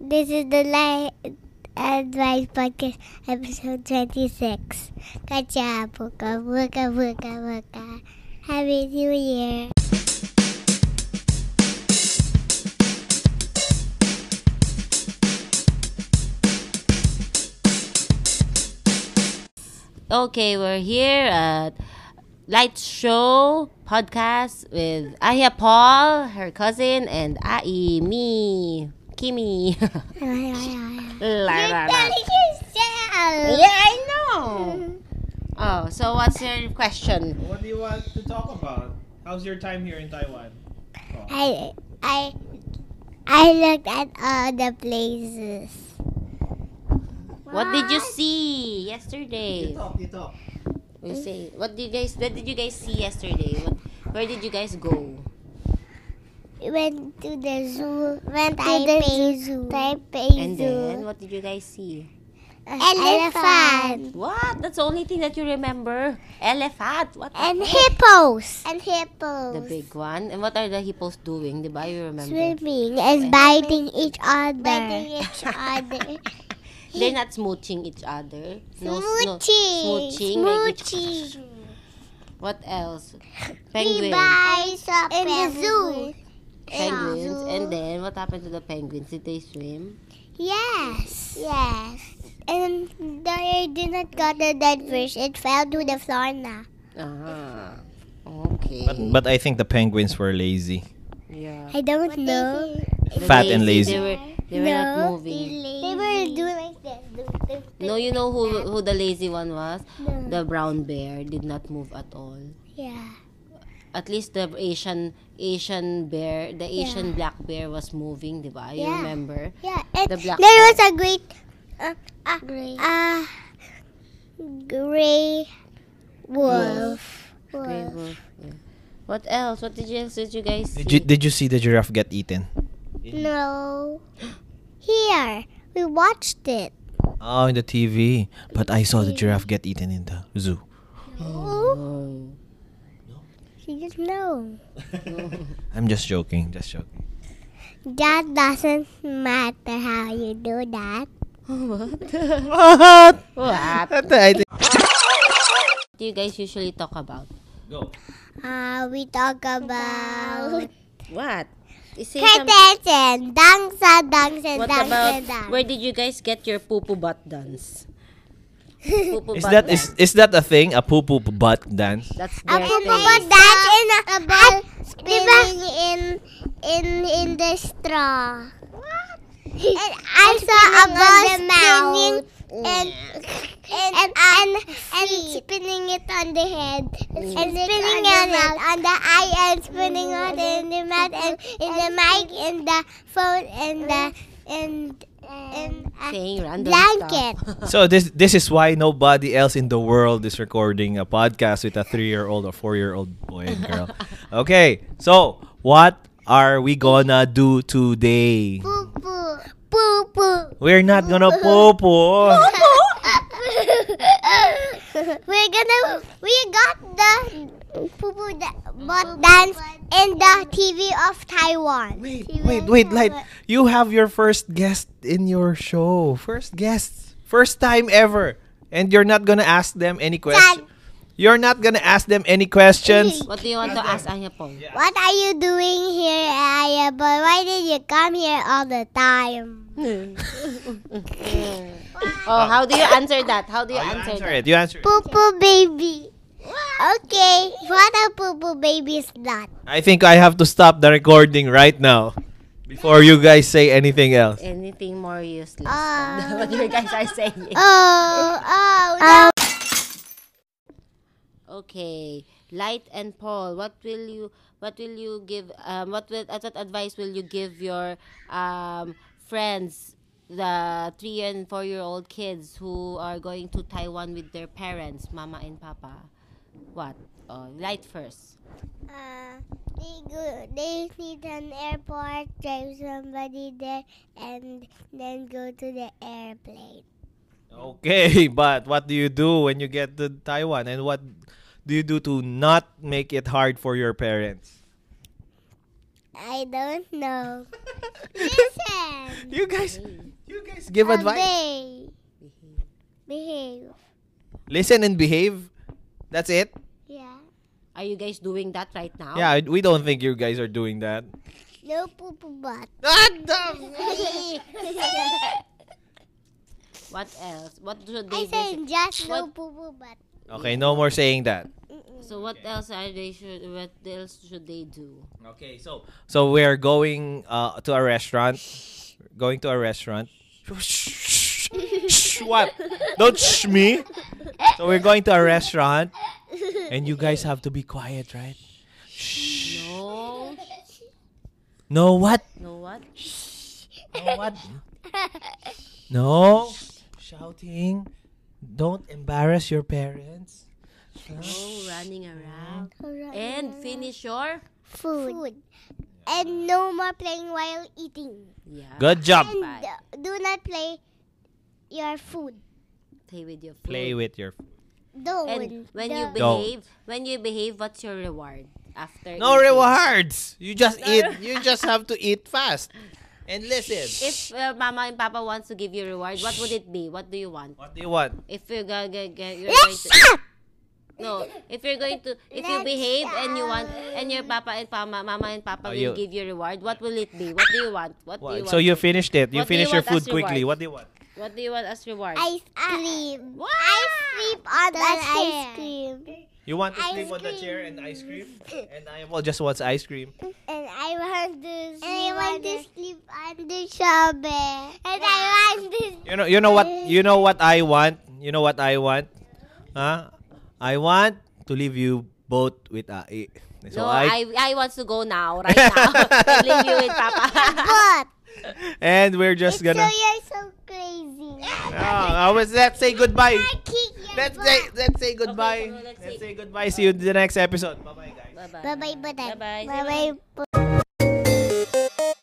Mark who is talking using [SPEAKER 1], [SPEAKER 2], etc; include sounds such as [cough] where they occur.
[SPEAKER 1] This is the Life Advice Podcast, episode 26. Gotcha, booka, booka, booka, booka. Happy New Year.
[SPEAKER 2] Okay, we're here at Light Show Podcast with Aya Paul, her cousin, and Ai, me, Kimi. [laughs]
[SPEAKER 1] You're telling
[SPEAKER 2] La, la, la.
[SPEAKER 1] yourself.
[SPEAKER 2] Yeah, I know. Oh, so what's your question?
[SPEAKER 3] What do you want to talk about? How's your time here in Taiwan?
[SPEAKER 1] [laughs] I, I, I looked at all the places.
[SPEAKER 2] What did you see yesterday?
[SPEAKER 3] talk, you talk.
[SPEAKER 2] You say, what did you guys? What did you guys see yesterday? What, where did you guys go?
[SPEAKER 1] We went to the zoo. Went to Taipei the zoo. Taipei
[SPEAKER 2] And
[SPEAKER 1] zoo.
[SPEAKER 2] then, what did you guys see?
[SPEAKER 1] elephant.
[SPEAKER 2] What? That's the only thing that you remember. Elephant. What? the-
[SPEAKER 1] And hippos. And hippos.
[SPEAKER 2] The big one. And what are the hippos doing? Diba? You remember?
[SPEAKER 1] Swimming and biting each other. Biting
[SPEAKER 2] [laughs]
[SPEAKER 1] each [laughs]
[SPEAKER 2] They're not smooching each other. No, s- no-
[SPEAKER 1] Smoochie.
[SPEAKER 2] smooching. like each- [laughs] what
[SPEAKER 1] [laughs]
[SPEAKER 2] else? Penguins.
[SPEAKER 1] In the zoo.
[SPEAKER 2] Penguins. And then what happened to the penguins? Did they swim?
[SPEAKER 1] Yes. Yes. And they did not got the dead fish. It fell to the floor now.
[SPEAKER 2] Ah. Okay.
[SPEAKER 3] But, but I think the penguins were lazy.
[SPEAKER 2] yeah.
[SPEAKER 1] I don't know.
[SPEAKER 2] They're
[SPEAKER 3] Fat and lazy.
[SPEAKER 2] They were, they were not moving.
[SPEAKER 1] They were doing like this.
[SPEAKER 2] No, you know who who the lazy one was?
[SPEAKER 1] No.
[SPEAKER 2] The brown bear did not move at all.
[SPEAKER 1] Yeah.
[SPEAKER 2] At least the Asian Asian bear, the Asian black bear was moving, di ba? You
[SPEAKER 1] Yeah.
[SPEAKER 2] remember?
[SPEAKER 1] Yeah, and
[SPEAKER 2] The black
[SPEAKER 1] there was a great, uh, uh, gray. Uh, gray wolf.
[SPEAKER 2] Grey
[SPEAKER 1] Wolf.
[SPEAKER 2] wolf, yeah. What else? What did you, did you guys see?
[SPEAKER 3] Did you did you see the giraffe get eaten?
[SPEAKER 1] No. Here, we watched it.
[SPEAKER 3] Oh, in the TV. But I saw the giraffe get eaten in the
[SPEAKER 2] [laughs]
[SPEAKER 3] zoo.
[SPEAKER 2] Oh.
[SPEAKER 1] She just no.
[SPEAKER 3] I'm just joking. Just joking.
[SPEAKER 1] That doesn't matter how you do that.
[SPEAKER 2] what? [laughs]
[SPEAKER 3] What?
[SPEAKER 2] what
[SPEAKER 3] I think.
[SPEAKER 2] do you guys usually talk about?
[SPEAKER 3] Go.
[SPEAKER 1] Uh, we talk about
[SPEAKER 2] What? You say some-
[SPEAKER 1] curtains and dance and dance and
[SPEAKER 2] what
[SPEAKER 1] dance
[SPEAKER 2] about
[SPEAKER 1] and dance.
[SPEAKER 2] where did you guys get your poo poo butt
[SPEAKER 1] [laughs]
[SPEAKER 2] dance? Poo poo
[SPEAKER 3] Is
[SPEAKER 2] butt
[SPEAKER 3] that
[SPEAKER 2] dance.
[SPEAKER 3] is is that a thing? A poo poo butt
[SPEAKER 2] [laughs]
[SPEAKER 3] dance?
[SPEAKER 2] That's
[SPEAKER 1] A
[SPEAKER 2] their
[SPEAKER 1] poo-poo
[SPEAKER 2] thing.
[SPEAKER 1] butt dance in a, about spinning in in in the straw. And also about spinning and and and, and, spinning it on the head and spinning on, it on the Mm-hmm. eye and spinning on it in the mouth and in the mic in the phone and the and and uh,
[SPEAKER 2] Saying random
[SPEAKER 1] blanket.
[SPEAKER 2] stuff. [laughs]
[SPEAKER 3] So this this is why nobody else in the world is recording a podcast with a three year old or four year old boy and
[SPEAKER 2] [laughs]
[SPEAKER 3] girl. Okay, so what are we gonna do today?
[SPEAKER 1] poo poo poo poo.
[SPEAKER 3] We're not gonna poo
[SPEAKER 1] [laughs]
[SPEAKER 3] poo.
[SPEAKER 1] we're gonna we got the poo poo da- butt dance in the TV of Taiwan.
[SPEAKER 3] Wait, wait, wait, Light. You have your first guest in your show. First guest. First time ever. And you're not gonna ask them any questions. You're not gonna ask them any questions.
[SPEAKER 2] What do you want to ask Anya Paul? [laughs]
[SPEAKER 1] What are you doing here, Aya? But why did you come here all the time?
[SPEAKER 2] Oh, how do you answer that? How do you
[SPEAKER 3] You
[SPEAKER 2] answer
[SPEAKER 3] answer
[SPEAKER 2] that?
[SPEAKER 3] it. You answer it.
[SPEAKER 1] Poo poo baby. Okay, what a poo poo baby is that?
[SPEAKER 3] I think I have to stop the recording right now before you guys say anything else.
[SPEAKER 2] Anything more useless
[SPEAKER 1] Ah.
[SPEAKER 2] than [laughs] what you guys are saying.
[SPEAKER 1] Oh, oh, no.
[SPEAKER 3] Uh,
[SPEAKER 2] Okay, Light and Paul, what will you what will you give um what will uh, what advice will you give your um friends the 3 and 4 year old kids who are going to Taiwan with their parents, mama and papa? What? Oh, Light first.
[SPEAKER 1] Uh, they go, they need an airport, drive somebody there, and then go to the airplane.
[SPEAKER 3] Okay, [laughs] but what do you do when you get to Taiwan and what do you do to not make it hard for your parents?
[SPEAKER 1] I don't
[SPEAKER 3] [laughs]
[SPEAKER 1] know. Listen.
[SPEAKER 3] You guys, you guys give advice.
[SPEAKER 1] Obey. Behave.
[SPEAKER 3] Listen and behave. That's it.
[SPEAKER 1] Yeah.
[SPEAKER 2] Are you guys doing that right now?
[SPEAKER 3] Yeah, we don't think you guys are doing that.
[SPEAKER 1] No poo poo butt. [laughs]
[SPEAKER 2] What else? What should
[SPEAKER 1] I
[SPEAKER 2] they
[SPEAKER 1] say
[SPEAKER 2] visit?
[SPEAKER 1] just no
[SPEAKER 2] What?
[SPEAKER 1] poo poo butt. [laughs]
[SPEAKER 3] Okay, no more saying that.
[SPEAKER 2] So what else are they should what else should they do?
[SPEAKER 3] Okay, so so we're going uh, to a restaurant. Going to a restaurant. Shh, what? Don't shh me. So we're going to a restaurant, and you guys have to be quiet, right?
[SPEAKER 2] No.
[SPEAKER 3] No what?
[SPEAKER 2] No what?
[SPEAKER 3] No what? No shouting. Don't embarrass your parents.
[SPEAKER 2] No running around.
[SPEAKER 1] Alright.
[SPEAKER 2] And finish your
[SPEAKER 1] food. And no more playing while eating.
[SPEAKER 2] yeah.
[SPEAKER 3] Good job.
[SPEAKER 1] And
[SPEAKER 2] Bye.
[SPEAKER 1] uh, do not play your food.
[SPEAKER 2] Play with your food.
[SPEAKER 3] Play with your.
[SPEAKER 1] Don't.
[SPEAKER 2] And when you
[SPEAKER 1] Don't.
[SPEAKER 3] Don't.
[SPEAKER 2] behave, when you behave, what's your reward after?
[SPEAKER 3] No
[SPEAKER 2] eating?
[SPEAKER 3] rewards. You just eat. You just have to eat fast, and listen.
[SPEAKER 2] If uh, mama and papa wants to give you reward, what would it be? What do you want?
[SPEAKER 3] What do you want?
[SPEAKER 2] If you're gonna get, get you're going to no, if you're going to if you
[SPEAKER 1] Let's
[SPEAKER 2] behave and you want and your papa and mama, mama and papa
[SPEAKER 3] Oh,
[SPEAKER 2] will
[SPEAKER 3] you-
[SPEAKER 2] give you reward, what will it be? What do you want? What do you
[SPEAKER 3] What?
[SPEAKER 2] want?
[SPEAKER 3] So you finished it. You
[SPEAKER 2] What do
[SPEAKER 3] finished
[SPEAKER 2] you
[SPEAKER 3] your
[SPEAKER 2] want as
[SPEAKER 3] food quickly.
[SPEAKER 2] reward?
[SPEAKER 3] What do you want?
[SPEAKER 2] what do you want as reward?
[SPEAKER 1] Ice cream.
[SPEAKER 2] Wow.
[SPEAKER 1] Ice cream on the ice cream.
[SPEAKER 3] You want to
[SPEAKER 1] Ice
[SPEAKER 3] sleep on the
[SPEAKER 1] cream.
[SPEAKER 3] chair and ice
[SPEAKER 2] [laughs]
[SPEAKER 3] cream, and I well just wants ice cream.
[SPEAKER 1] And I want to sleep, and I want to sleep on the shabby. And I [laughs] want to
[SPEAKER 3] You know, you know what, you know what I want. You know what I want, huh? I want to leave you both with a. eh. So
[SPEAKER 2] no,
[SPEAKER 3] I,
[SPEAKER 2] I, I want to go now, right
[SPEAKER 3] [laughs]
[SPEAKER 2] now. Leave you with papa.
[SPEAKER 1] but
[SPEAKER 3] and we're just
[SPEAKER 1] it's
[SPEAKER 3] gonna.
[SPEAKER 1] so you're so crazy.
[SPEAKER 3] Ah, I was- let's say goodbye.
[SPEAKER 1] I kick your
[SPEAKER 3] Let's
[SPEAKER 1] butt.
[SPEAKER 3] say let's say goodbye.
[SPEAKER 2] so let's
[SPEAKER 3] let's
[SPEAKER 2] say-
[SPEAKER 3] say goodbye. See you in the next episode. Bye bye, guys.
[SPEAKER 2] Bye-bye.
[SPEAKER 1] Bye bye, bye
[SPEAKER 2] Bye-bye.
[SPEAKER 1] bye. Bye bye.